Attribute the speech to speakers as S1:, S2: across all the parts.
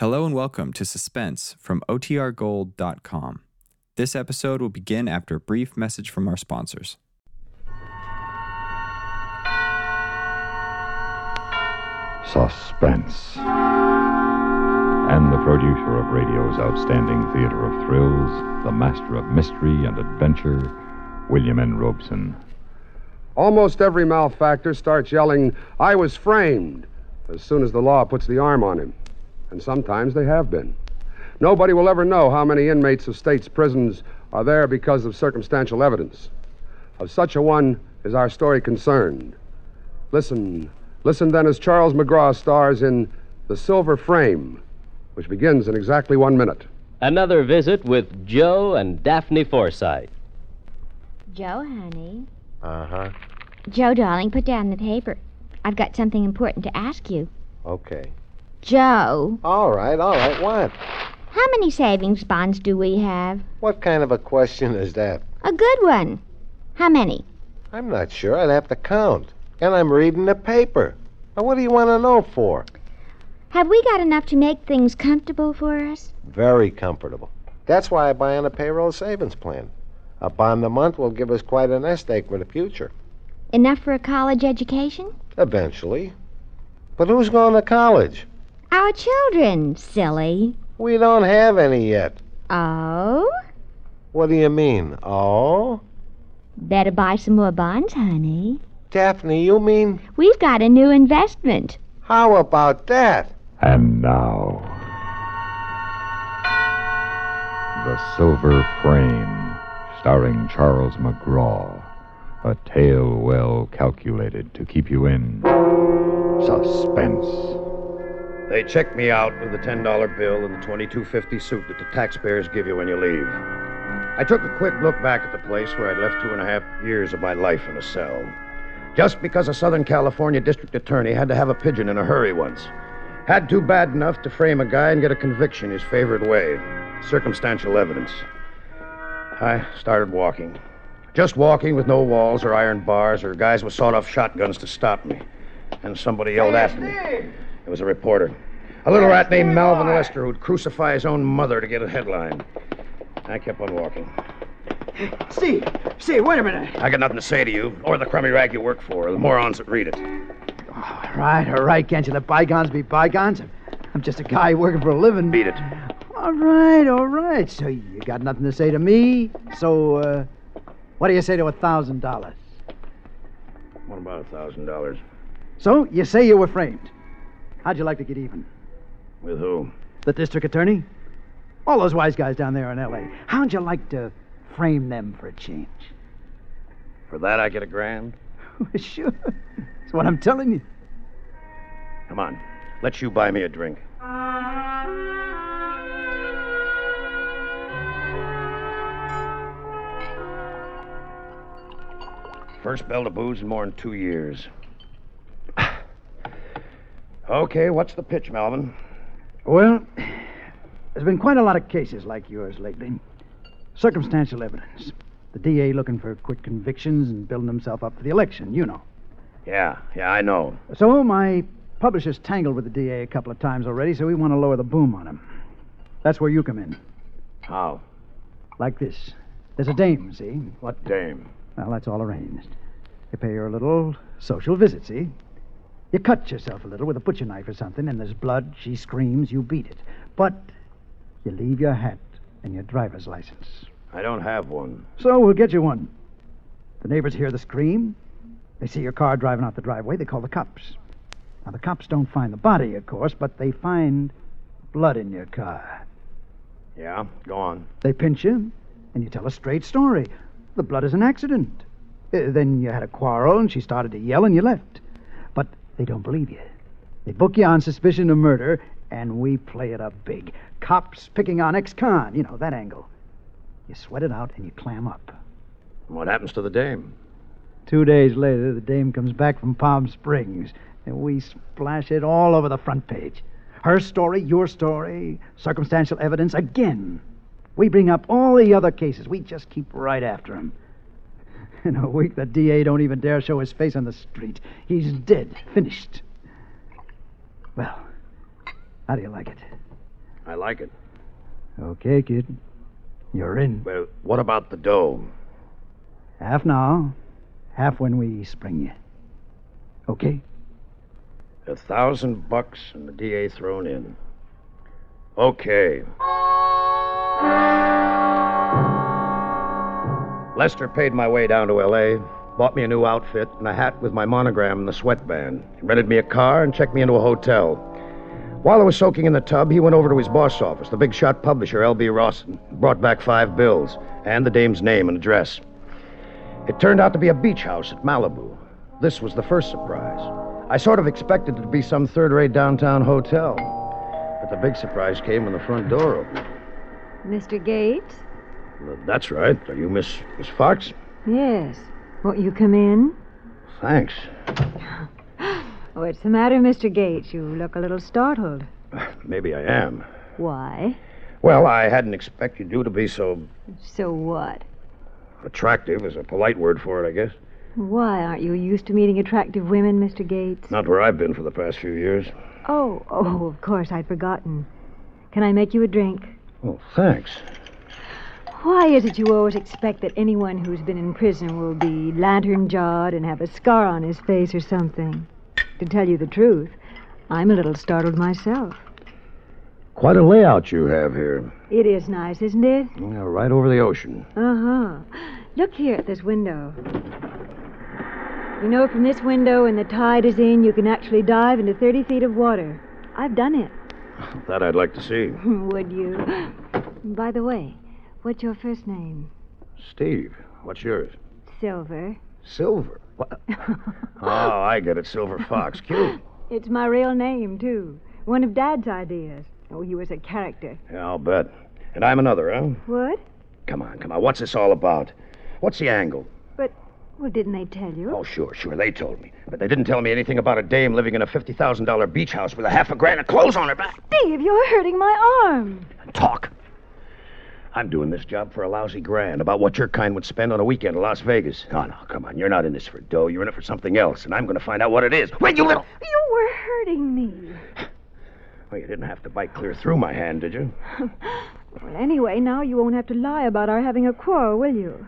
S1: Hello and welcome to Suspense from OTRGold.com. This episode will begin after a brief message from our sponsors.
S2: Suspense. And the producer of radio's outstanding theater of thrills, the master of mystery and adventure, William N. Robeson.
S3: Almost every malefactor starts yelling, I was framed, as soon as the law puts the arm on him. And sometimes they have been. Nobody will ever know how many inmates of state's prisons are there because of circumstantial evidence. Of such a one is our story concerned. Listen, listen then as Charles McGraw stars in The Silver Frame, which begins in exactly one minute.
S4: Another visit with Joe and Daphne Forsythe.
S5: Joe, honey.
S6: Uh huh.
S5: Joe, darling, put down the paper. I've got something important to ask you.
S6: Okay.
S5: Joe,
S6: All right, all right. What?
S5: how many savings bonds do we have?
S6: What kind of a question is that?
S5: A good one. How many?
S6: I'm not sure. I'd have to count. And I'm reading the paper. Now, what do you want to know for?
S5: Have we got enough to make things comfortable for us?
S6: Very comfortable. That's why I buy on a payroll savings plan. A bond a month will give us quite a nest egg for the future.
S5: Enough for a college education?
S6: Eventually. But who's going to college?
S5: Our children, silly.
S6: We don't have any yet.
S5: Oh?
S6: What do you mean? Oh?
S5: Better buy some more bonds, honey.
S6: Daphne, you mean?
S5: We've got a new investment.
S6: How about that?
S2: And now, The Silver Frame, starring Charles McGraw. A tale well calculated to keep you in suspense.
S7: They check me out with the $10 bill and the 2250 suit that the taxpayers give you when you leave. I took a quick look back at the place where I'd left two and a half years of my life in a cell. Just because a Southern California district attorney had to have a pigeon in a hurry once. Had to bad enough to frame a guy and get a conviction his favorite way circumstantial evidence. I started walking. Just walking with no walls or iron bars or guys with sawed off shotguns to stop me. And somebody yelled after me. It was a reporter. A little rat named Malvin Lester who'd crucify his own mother to get a headline. I kept on walking.
S8: Steve, Steve, wait a minute.
S7: I got nothing to say to you, or the crummy rag you work for, or the morons that read it.
S8: All right, all right, can't you let bygones be bygones? I'm- I'm just a guy working for a living.
S7: Beat it.
S8: All right, all right. So you got nothing to say to me? So, uh, what do you say to a thousand dollars?
S7: What about a thousand dollars?
S8: So you say you were framed. How'd you like to get even?
S7: With who?
S8: The district attorney? All those wise guys down there in L.A. How'd you like to frame them for a change?
S7: For that I get a grand?
S8: sure. That's what I'm telling you.
S7: Come on. Let you buy me a drink. First bell to booze in more than two years. Okay, what's the pitch, Malvin?
S8: Well, there's been quite a lot of cases like yours lately. Circumstantial evidence. The DA looking for quick convictions and building himself up for the election, you know.
S7: Yeah, yeah, I know.
S8: So my publisher's tangled with the DA a couple of times already, so we want to lower the boom on him. That's where you come in.
S7: How?
S8: Like this. There's a dame, see?
S7: What dame?
S8: Well, that's all arranged. You pay her a little social visit, see? You cut yourself a little with a butcher knife or something, and there's blood. She screams, you beat it. But you leave your hat and your driver's license.
S7: I don't have one.
S8: So we'll get you one. The neighbors hear the scream. They see your car driving out the driveway. They call the cops. Now, the cops don't find the body, of course, but they find blood in your car.
S7: Yeah, go on.
S8: They pinch you, and you tell a straight story. The blood is an accident. Uh, then you had a quarrel, and she started to yell, and you left. But they don't believe you. They book you on suspicion of murder, and we play it up big. Cops picking on ex con, you know, that angle. You sweat it out, and you clam up.
S7: What happens to the dame?
S8: Two days later, the dame comes back from Palm Springs, and we splash it all over the front page. Her story, your story, circumstantial evidence again. We bring up all the other cases. We just keep right after him. In a week, the DA don't even dare show his face on the street. He's dead, finished. Well, how do you like it?
S7: I like it.
S8: Okay, kid. You're in.
S7: Well, what about the dough?
S8: Half now, half when we spring you. Okay?
S7: A thousand bucks and the DA thrown in. Okay. Lester paid my way down to L.A., bought me a new outfit and a hat with my monogram and the sweatband, rented me a car, and checked me into a hotel. While I was soaking in the tub, he went over to his boss office, the big shot publisher, L.B. Rawson, and brought back five bills and the dame's name and address. It turned out to be a beach house at Malibu. This was the first surprise. I sort of expected it to be some third rate downtown hotel. But the big surprise came when the front door opened.
S9: Mr. Gates?
S7: Well, That's right. Are you Miss, Miss Fox?
S9: Yes. Won't you come in?
S7: Thanks.
S9: Oh, What's the matter, Mr. Gates? You look a little startled.
S7: Maybe I am.
S9: Why?
S7: Well, I hadn't expected you to be so
S9: So what?
S7: attractive, is a polite word for it, I guess.
S9: Why aren't you used to meeting attractive women, Mr. Gates?
S7: Not where I've been for the past few years.
S9: Oh, oh, of course, I'd forgotten. Can I make you a drink?
S7: Well, Oh, thanks.
S9: Why is it you always expect that anyone who's been in prison will be lantern jawed and have a scar on his face or something? To tell you the truth, I'm a little startled myself.
S7: Quite a layout you have here.
S9: It is nice, isn't it?
S7: Yeah, right over the ocean.
S9: Uh huh. Look here at this window. You know, from this window, when the tide is in, you can actually dive into 30 feet of water. I've done it.
S7: That I'd like to see.
S9: Would you? By the way, what's your first name?
S7: Steve, what's yours?
S9: Silver.
S7: Silver. What? oh, I get it. Silver Fox. Cute.
S9: It's my real name, too. One of Dad's ideas. Oh, he was a character.
S7: Yeah, I'll bet. And I'm another, huh?
S9: What?
S7: Come on, come on. What's this all about? What's the angle?
S9: Well, didn't they tell you?
S7: Oh, sure, sure. They told me. But they didn't tell me anything about a dame living in a $50,000 beach house with a half a grand of clothes on her back.
S9: Steve, you're hurting my arm.
S7: Talk. I'm doing this job for a lousy grand, about what your kind would spend on a weekend in Las Vegas. Oh, no, come on. You're not in this for dough. You're in it for something else, and I'm going to find out what it is. Wait, you little.
S9: You were hurting me.
S7: Well, you didn't have to bite clear through my hand, did you?
S9: Well, anyway, now you won't have to lie about our having a quarrel, will you?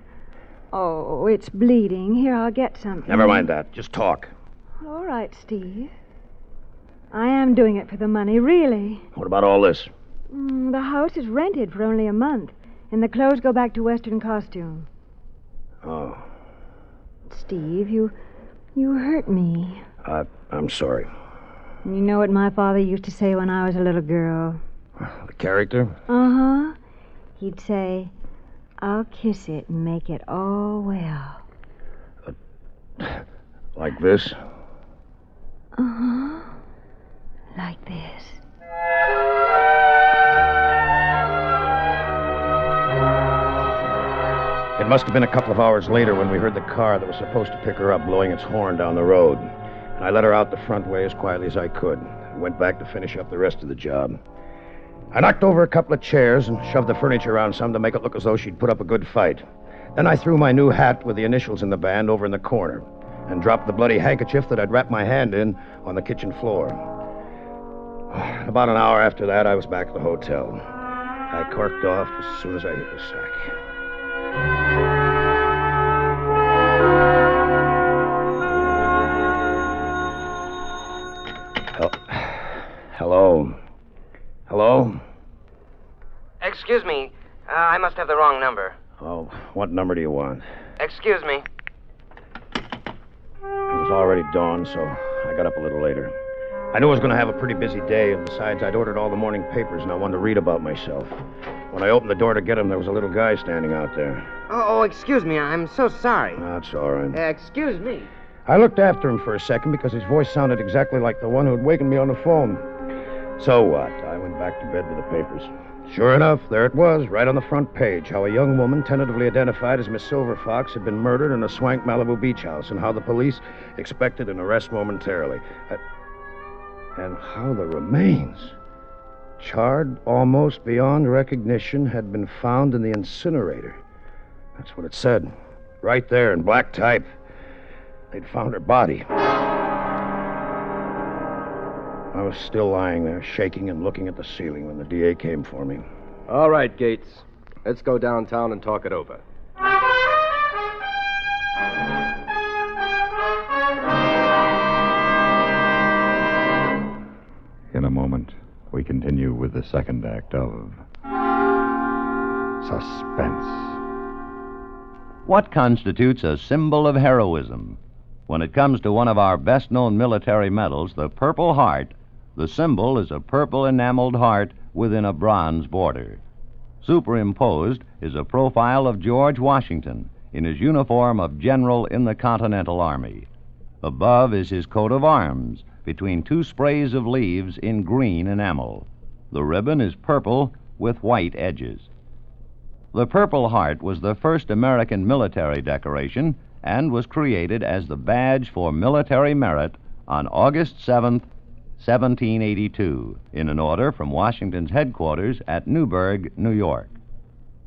S9: Oh, it's bleeding. Here, I'll get something.
S7: Never mind that. Just talk.
S9: All right, Steve. I am doing it for the money, really.
S7: What about all this?
S9: Mm, the house is rented for only a month, and the clothes go back to Western costume.
S7: Oh,
S9: Steve, you. you hurt me.
S7: I, I'm sorry.
S9: You know what my father used to say when I was a little girl?
S7: The character?
S9: Uh huh. He'd say, I'll kiss it and make it all well.
S7: Like this?
S9: Uh-huh. Like this.
S7: It must have been a couple of hours later when we heard the car that was supposed to pick her up blowing its horn down the road. And I let her out the front way as quietly as I could and went back to finish up the rest of the job. I knocked over a couple of chairs and shoved the furniture around some to make it look as though she'd put up a good fight. Then I threw my new hat with the initials in the band over in the corner and dropped the bloody handkerchief that I'd wrapped my hand in on the kitchen floor. About an hour after that, I was back at the hotel. I corked off as soon as I hit the sack. Hel- Hello. Hello?
S10: Excuse me. Uh, I must have the wrong number.
S7: Oh, what number do you want?
S10: Excuse me.
S7: It was already dawn, so I got up a little later. I knew I was going to have a pretty busy day, and besides, I'd ordered all the morning papers and I wanted to read about myself. When I opened the door to get him, there was a little guy standing out there.
S10: Oh, oh, excuse me. I'm so sorry.
S7: That's all right.
S10: Excuse me.
S7: I looked after him for a second because his voice sounded exactly like the one who had wakened me on the phone. So what? I went back to bed with the papers. Sure enough, there it was, right on the front page, how a young woman tentatively identified as Miss Silver Fox had been murdered in a swank Malibu beach house, and how the police expected an arrest momentarily. I- And how the remains, charred almost beyond recognition, had been found in the incinerator. That's what it said, right there in black type. They'd found her body. I was still lying there, shaking and looking at the ceiling when the DA came for me.
S11: All right, Gates. Let's go downtown and talk it over.
S2: In a moment, we continue with the second act of Suspense.
S12: What constitutes a symbol of heroism? When it comes to one of our best known military medals, the Purple Heart, the symbol is a purple enameled heart within a bronze border. Superimposed is a profile of George Washington in his uniform of general in the Continental Army. Above is his coat of arms between two sprays of leaves in green enamel. The ribbon is purple with white edges. The Purple Heart was the first American military decoration and was created as the badge for military merit on August 7, 1782, in an order from Washington's headquarters at Newburgh, New York.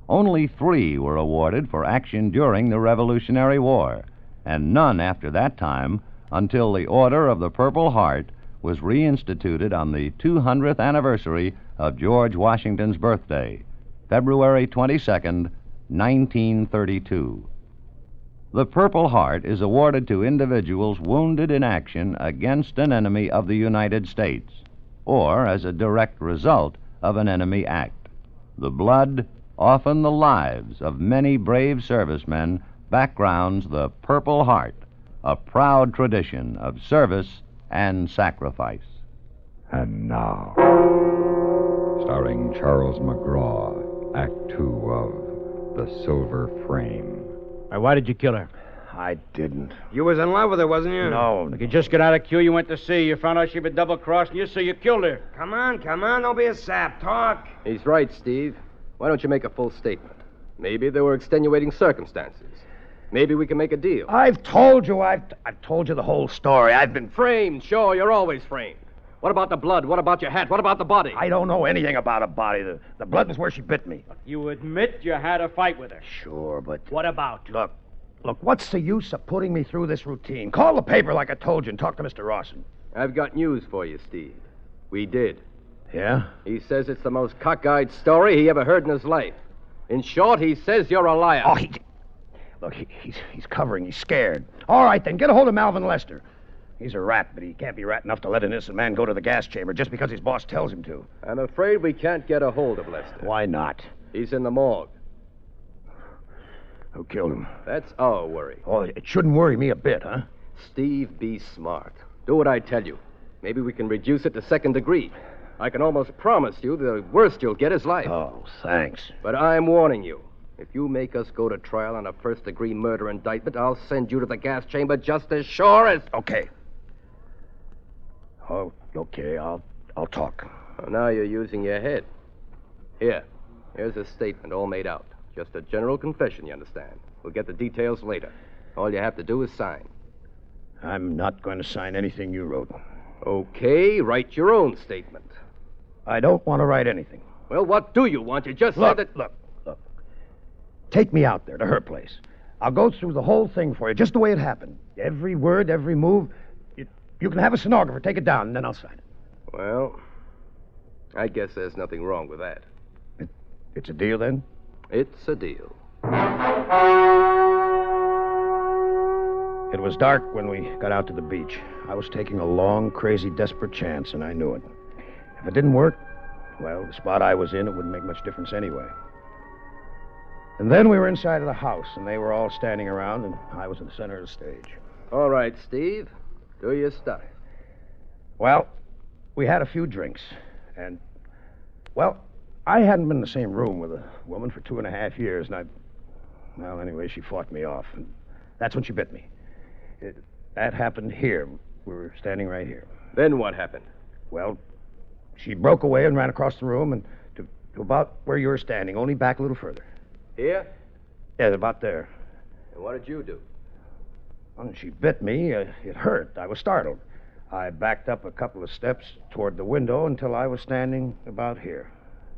S12: Only three were awarded for action during the Revolutionary War, and none after that time until the Order of the Purple Heart was reinstituted on the 200th anniversary of George Washington's birthday, February 22, 1932. The Purple Heart is awarded to individuals wounded in action against an enemy of the United States or as a direct result of an enemy act. The blood, often the lives of many brave servicemen backgrounds the Purple Heart, a proud tradition of service and sacrifice.
S2: And now, starring Charles McGraw, Act Two of The Silver Frame.
S13: All right, why did you kill her?
S7: I didn't.
S14: You was in love with her, wasn't you?
S7: No.
S13: You just got out of queue. You went to see. You found out she'd been double crossing you, so you killed her.
S10: Come on, come on. Don't be a sap. Talk.
S11: He's right, Steve. Why don't you make a full statement? Maybe there were extenuating circumstances. Maybe we can make a deal.
S7: I've told you. I've, I've told you the whole story. I've been.
S11: Framed, sure, you're always framed. What about the blood? What about your hat? What about the body?
S7: I don't know anything about a body. The, the blood was where she bit me.
S13: You admit you had a fight with her.
S7: Sure, but.
S13: What about?
S7: Look. Look, what's the use of putting me through this routine? Call the paper like I told you and talk to Mr. Rawson.
S11: I've got news for you, Steve. We did.
S7: Yeah?
S11: He says it's the most cockeyed story he ever heard in his life. In short, he says you're a liar.
S7: Oh, he. Look, he, he's, he's covering. He's scared. All right, then. Get a hold of Malvin Lester. He's a rat, but he can't be rat enough to let an innocent man go to the gas chamber just because his boss tells him to.
S11: I'm afraid we can't get a hold of Lester.
S7: Why not?
S11: He's in the morgue.
S7: Who killed him?
S11: That's our worry.
S7: Oh, it shouldn't worry me a bit, huh?
S11: Steve, be smart. Do what I tell you. Maybe we can reduce it to second degree. I can almost promise you the worst you'll get is life.
S7: Oh, thanks.
S11: But I'm warning you. If you make us go to trial on a first degree murder indictment, I'll send you to the gas chamber just as sure as.
S7: Okay. Oh, okay. I'll I'll talk.
S11: Well, now you're using your head. Here. Here's a statement all made out. Just a general confession, you understand. We'll get the details later. All you have to do is sign.
S7: I'm not going to sign anything you wrote.
S11: Okay, write your own statement.
S7: I don't want to write anything.
S11: Well, what do you want? You just
S7: Look,
S11: said that.
S7: look, look. Take me out there to her place. I'll go through the whole thing for you, just the way it happened. Every word, every move. You, you can have a stenographer take it down, and then I'll sign it.
S11: Well, I guess there's nothing wrong with that.
S7: It's a deal, then?
S11: It's a deal.
S7: It was dark when we got out to the beach. I was taking a long, crazy, desperate chance, and I knew it. If it didn't work, well, the spot I was in, it wouldn't make much difference anyway. And then we were inside of the house, and they were all standing around, and I was in the center of the stage.
S11: All right, Steve. Do your stuff.
S7: Well, we had a few drinks, and, well, I hadn't been in the same room with a woman for two and a half years, and I. Well, anyway, she fought me off, and that's when she bit me. It, that happened here. We were standing right here.
S11: Then what happened?
S7: Well, she broke away and ran across the room and to, to about where you were standing, only back a little further.
S11: Here?
S7: Yeah, about there.
S11: And what did you do?
S7: When she bit me, uh, it hurt. I was startled. I backed up a couple of steps toward the window until I was standing about here.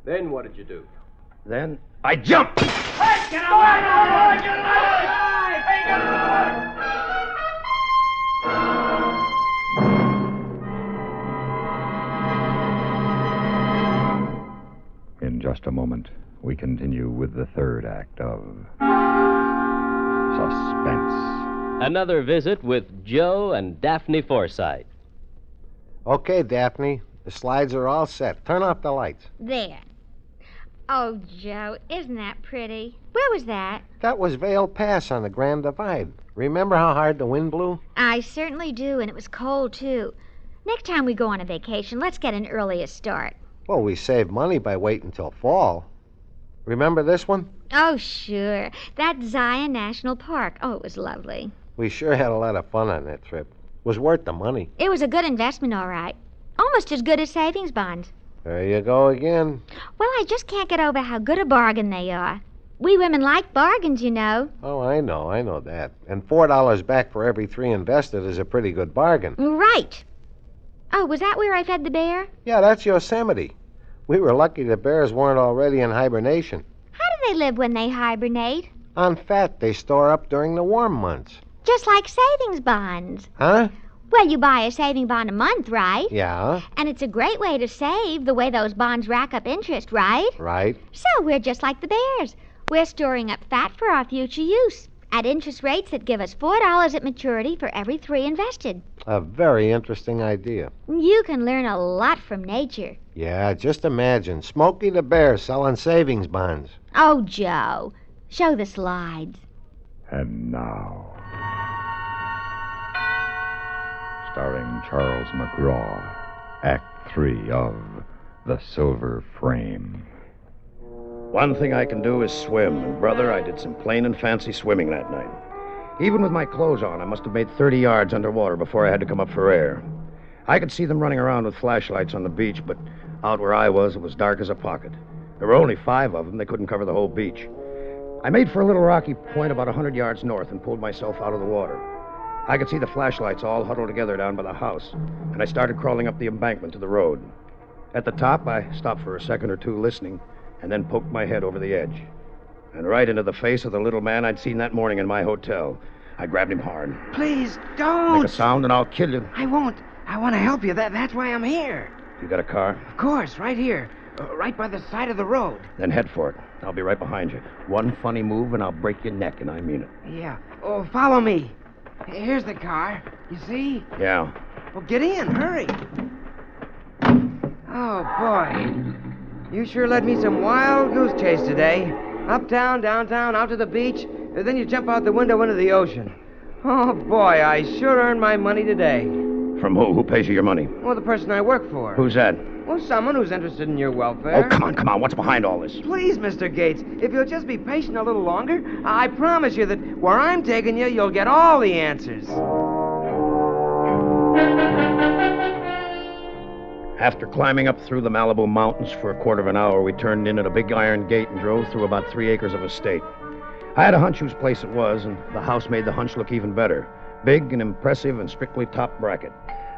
S11: Then what did you do?
S7: Then I jumped.
S2: in just a moment, we continue with the third act of Suspense.
S4: Another visit with Joe and Daphne Forsythe.
S6: Okay, Daphne. The slides are all set. Turn off the lights.
S5: There. Oh, Joe, isn't that pretty? Where was that?
S6: That was Vale Pass on the Grand Divide. Remember how hard the wind blew?
S5: I certainly do, and it was cold, too. Next time we go on a vacation, let's get an earlier start.
S6: Well, we saved money by waiting till fall. Remember this one?
S5: Oh, sure. That Zion National Park. Oh, it was lovely.
S6: We sure had a lot of fun on that trip. Was worth the money.
S5: It was a good investment, all right. Almost as good as savings bonds.
S6: There you go again.
S5: Well, I just can't get over how good a bargain they are. We women like bargains, you know.
S6: Oh, I know, I know that. And four dollars back for every three invested is a pretty good bargain.
S5: Right. Oh, was that where I fed the bear?
S6: Yeah, that's Yosemite. We were lucky the bears weren't already in hibernation.
S5: How do they live when they hibernate?
S6: On fat, they store up during the warm months.
S5: Just like savings bonds.
S6: Huh?
S5: Well, you buy a saving bond a month, right?
S6: Yeah,
S5: And it's a great way to save the way those bonds rack up interest, right?
S6: right.
S5: So we're just like the bears. We're storing up fat for our future use at interest rates that give us $4 at maturity for every three invested.
S6: A very interesting idea.
S5: You can learn a lot from nature.
S6: Yeah, just imagine Smokey the Bear selling savings bonds.
S5: Oh, Joe, show the slides.
S2: And now. Starring Charles McGraw, Act Three of The Silver Frame.
S7: One thing I can do is swim, and brother, I did some plain and fancy swimming that night. Even with my clothes on, I must have made 30 yards underwater before I had to come up for air. I could see them running around with flashlights on the beach, but out where I was, it was dark as a pocket. There were only five of them, they couldn't cover the whole beach. I made for a little rocky point about a 100 yards north and pulled myself out of the water. I could see the flashlights all huddled together down by the house, and I started crawling up the embankment to the road. At the top, I stopped for a second or two listening, and then poked my head over the edge. And right into the face of the little man I'd seen that morning in my hotel. I grabbed him hard.
S15: Please
S7: Make a
S15: don't.
S7: sound and I'll kill you.
S15: I won't. I want to help you. That, that's why I'm here.
S7: You got a car?
S15: Of course, right here. Uh, right by the side of the road.
S7: Then head for it. I'll be right behind you. One funny move and I'll break your neck, and I mean it.
S15: Yeah. Oh, follow me. Here's the car. You see?
S7: Yeah.
S15: Well, get in. Hurry. Oh, boy. You sure led me some wild goose chase today. Uptown, downtown, out to the beach, and then you jump out the window into the ocean. Oh, boy, I sure earned my money today.
S7: From who? Who pays you your money?
S15: Well, the person I work for.
S7: Who's that?
S15: Well, someone who's interested in your welfare.
S7: Oh, come on, come on. What's behind all this?
S15: Please, Mr. Gates, if you'll just be patient a little longer, I promise you that where I'm taking you, you'll get all the answers.
S7: After climbing up through the Malibu Mountains for a quarter of an hour, we turned in at a big iron gate and drove through about three acres of estate. I had a hunch whose place it was, and the house made the hunch look even better. Big and impressive and strictly top bracket.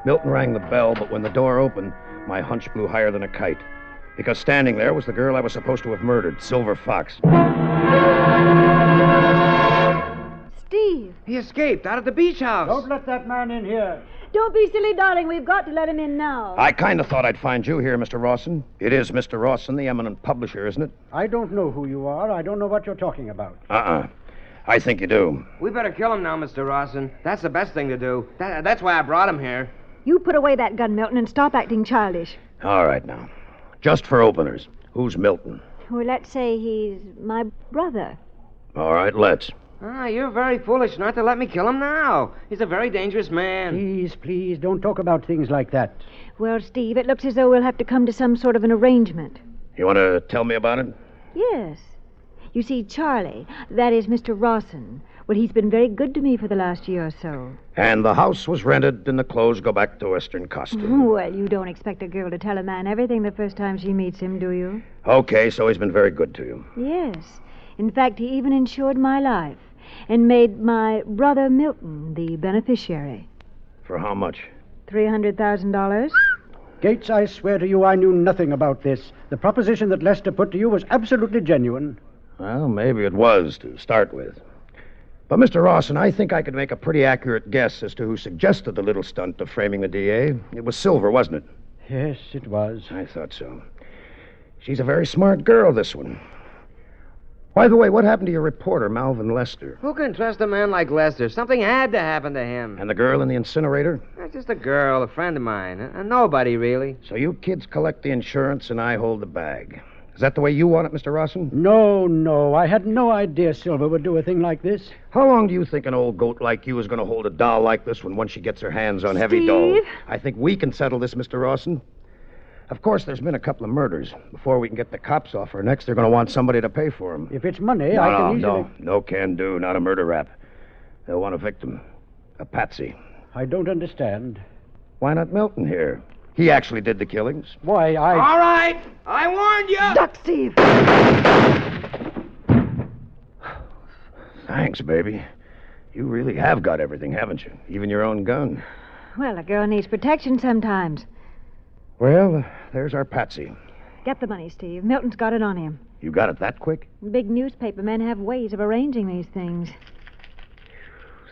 S7: Milton rang the bell, but when the door opened, my hunch blew higher than a kite. Because standing there was the girl I was supposed to have murdered, Silver Fox.
S9: Steve,
S15: He escaped out of the beach house.
S7: Don't
S15: let that man in here.
S9: don't be silly, darling. We've got to let him in now.
S7: I kind of thought I'd find you here, Mr. Rawson. It is Mr. Rawson, the eminent publisher, isn't it?
S16: I don't know who you are. I don't know what you're talking about.
S7: Uh uh I think you do.
S15: We better kill him now, Mr. Rawson. That's the best thing to do. Tha- that's why I brought him here.
S9: You put away that gun, Milton, and stop acting childish.
S7: All right now. Just for openers, who's Milton?
S9: Well, let's say he's my brother.
S7: All right, let's.
S15: Ah, you're very foolish not to let me kill him now. He's a very dangerous man.
S16: Please, please, don't talk about things like that.
S9: Well, Steve, it looks as though we'll have to come to some sort of an arrangement.
S7: You want to tell me about it?
S9: Yes. You see, Charlie, that is Mr. Rawson. Well, he's been very good to me for the last year or so.
S7: And the house was rented, and the clothes go back to Western costume.
S9: Well, you don't expect a girl to tell a man everything the first time she meets him, do you?
S7: Okay, so he's been very good to you.
S9: Yes. In fact, he even insured my life and made my brother Milton the beneficiary.
S7: For how much?
S9: $300,000?
S16: Gates, I swear to you, I knew nothing about this. The proposition that Lester put to you was absolutely genuine.
S7: Well, maybe it was to start with. But, Mr. Rawson, I think I could make a pretty accurate guess as to who suggested the little stunt of framing the DA. It was Silver, wasn't it?
S16: Yes, it was.
S7: I thought so. She's a very smart girl, this one. By the way, what happened to your reporter, Malvin Lester?
S15: Who can trust a man like Lester? Something had to happen to him.
S7: And the girl in the incinerator?
S15: Uh, Just a girl, a friend of mine. Uh, A, a nobody, really.
S7: So you kids collect the insurance and I hold the bag. Is that the way you want it, Mr. Rawson?
S16: No, no. I had no idea Silver would do a thing like this.
S7: How long do you think an old goat like you is going to hold a doll like this one once she gets her hands on heavy
S9: Steve?
S7: dough? I think we can settle this, Mr. Rawson. Of course, there's been a couple of murders. Before we can get the cops off her next, they're going to want somebody to pay for them.
S16: If it's money,
S7: no,
S16: I
S7: no,
S16: can easily.
S7: no, no can do. Not a murder rap. They'll want a victim, a patsy.
S16: I don't understand.
S7: Why not Milton here? He actually did the killings.
S16: Why, I.
S15: All right, I warned you.
S9: Duck, Steve.
S7: Thanks, baby. You really have got everything, haven't you? Even your own gun.
S9: Well, a girl needs protection sometimes.
S7: Well, there's our patsy.
S9: Get the money, Steve. Milton's got it on him.
S7: You got it that quick?
S9: Big newspaper men have ways of arranging these things.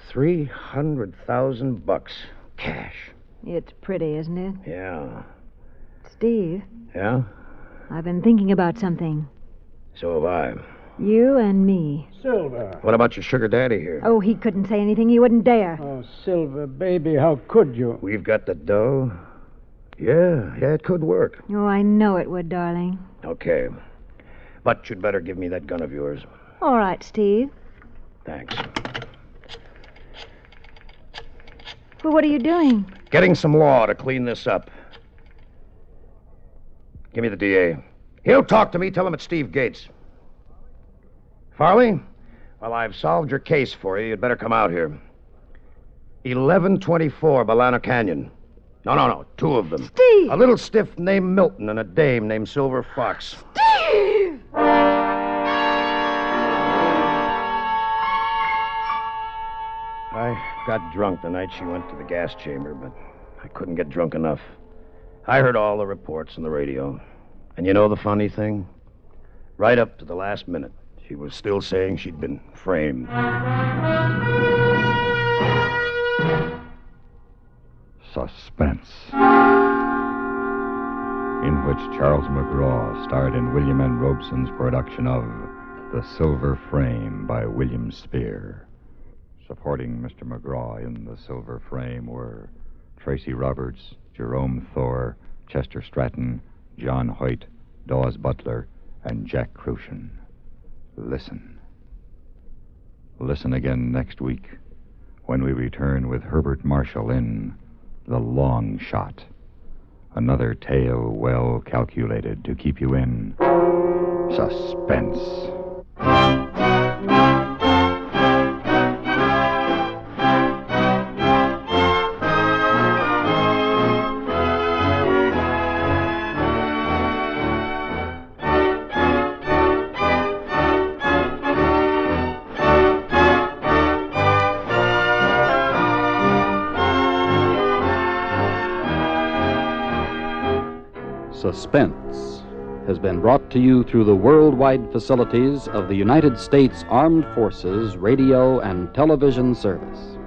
S7: Three hundred thousand bucks cash.
S9: It's pretty, isn't it?
S7: Yeah.
S9: Steve,
S7: Yeah?
S9: I've been thinking about something.
S7: So have I.
S9: You and me.
S16: Silver.
S7: What about your sugar daddy here?
S9: Oh, he couldn't say anything. He wouldn't dare.
S16: Oh, Silver, baby, how could you?
S7: We've got the dough. Yeah, yeah, it could work.
S9: Oh, I know it would, darling.
S7: Okay. But you'd better give me that gun of yours.
S9: All right, Steve.
S7: Thanks.
S9: Well, what are you doing?
S7: Getting some law to clean this up. Give me the DA. He'll talk to me. Tell him it's Steve Gates. Farley, well, I've solved your case for you. You'd better come out here. 1124 Bolano Canyon. No, no, no. Two of them. Steve! A little stiff named Milton and a dame named Silver Fox.
S9: Steve!
S7: I got drunk the night she went to the gas chamber, but I couldn't get drunk enough. I heard all the reports on the radio. And you know the funny thing? Right up to the last minute, she was still saying she'd been framed.
S2: Suspense. In which Charles McGraw starred in William N. Robeson's production of The Silver Frame by William Spear. Supporting Mr. McGraw in The Silver Frame were Tracy Roberts, Jerome Thor, Chester Stratton, John Hoyt, Dawes Butler, and Jack Crucian. Listen. Listen again next week when we return with Herbert Marshall in The Long Shot. Another tale well calculated to keep you in suspense.
S17: Suspense has been brought to you through the worldwide facilities of the United States Armed Forces Radio and Television Service.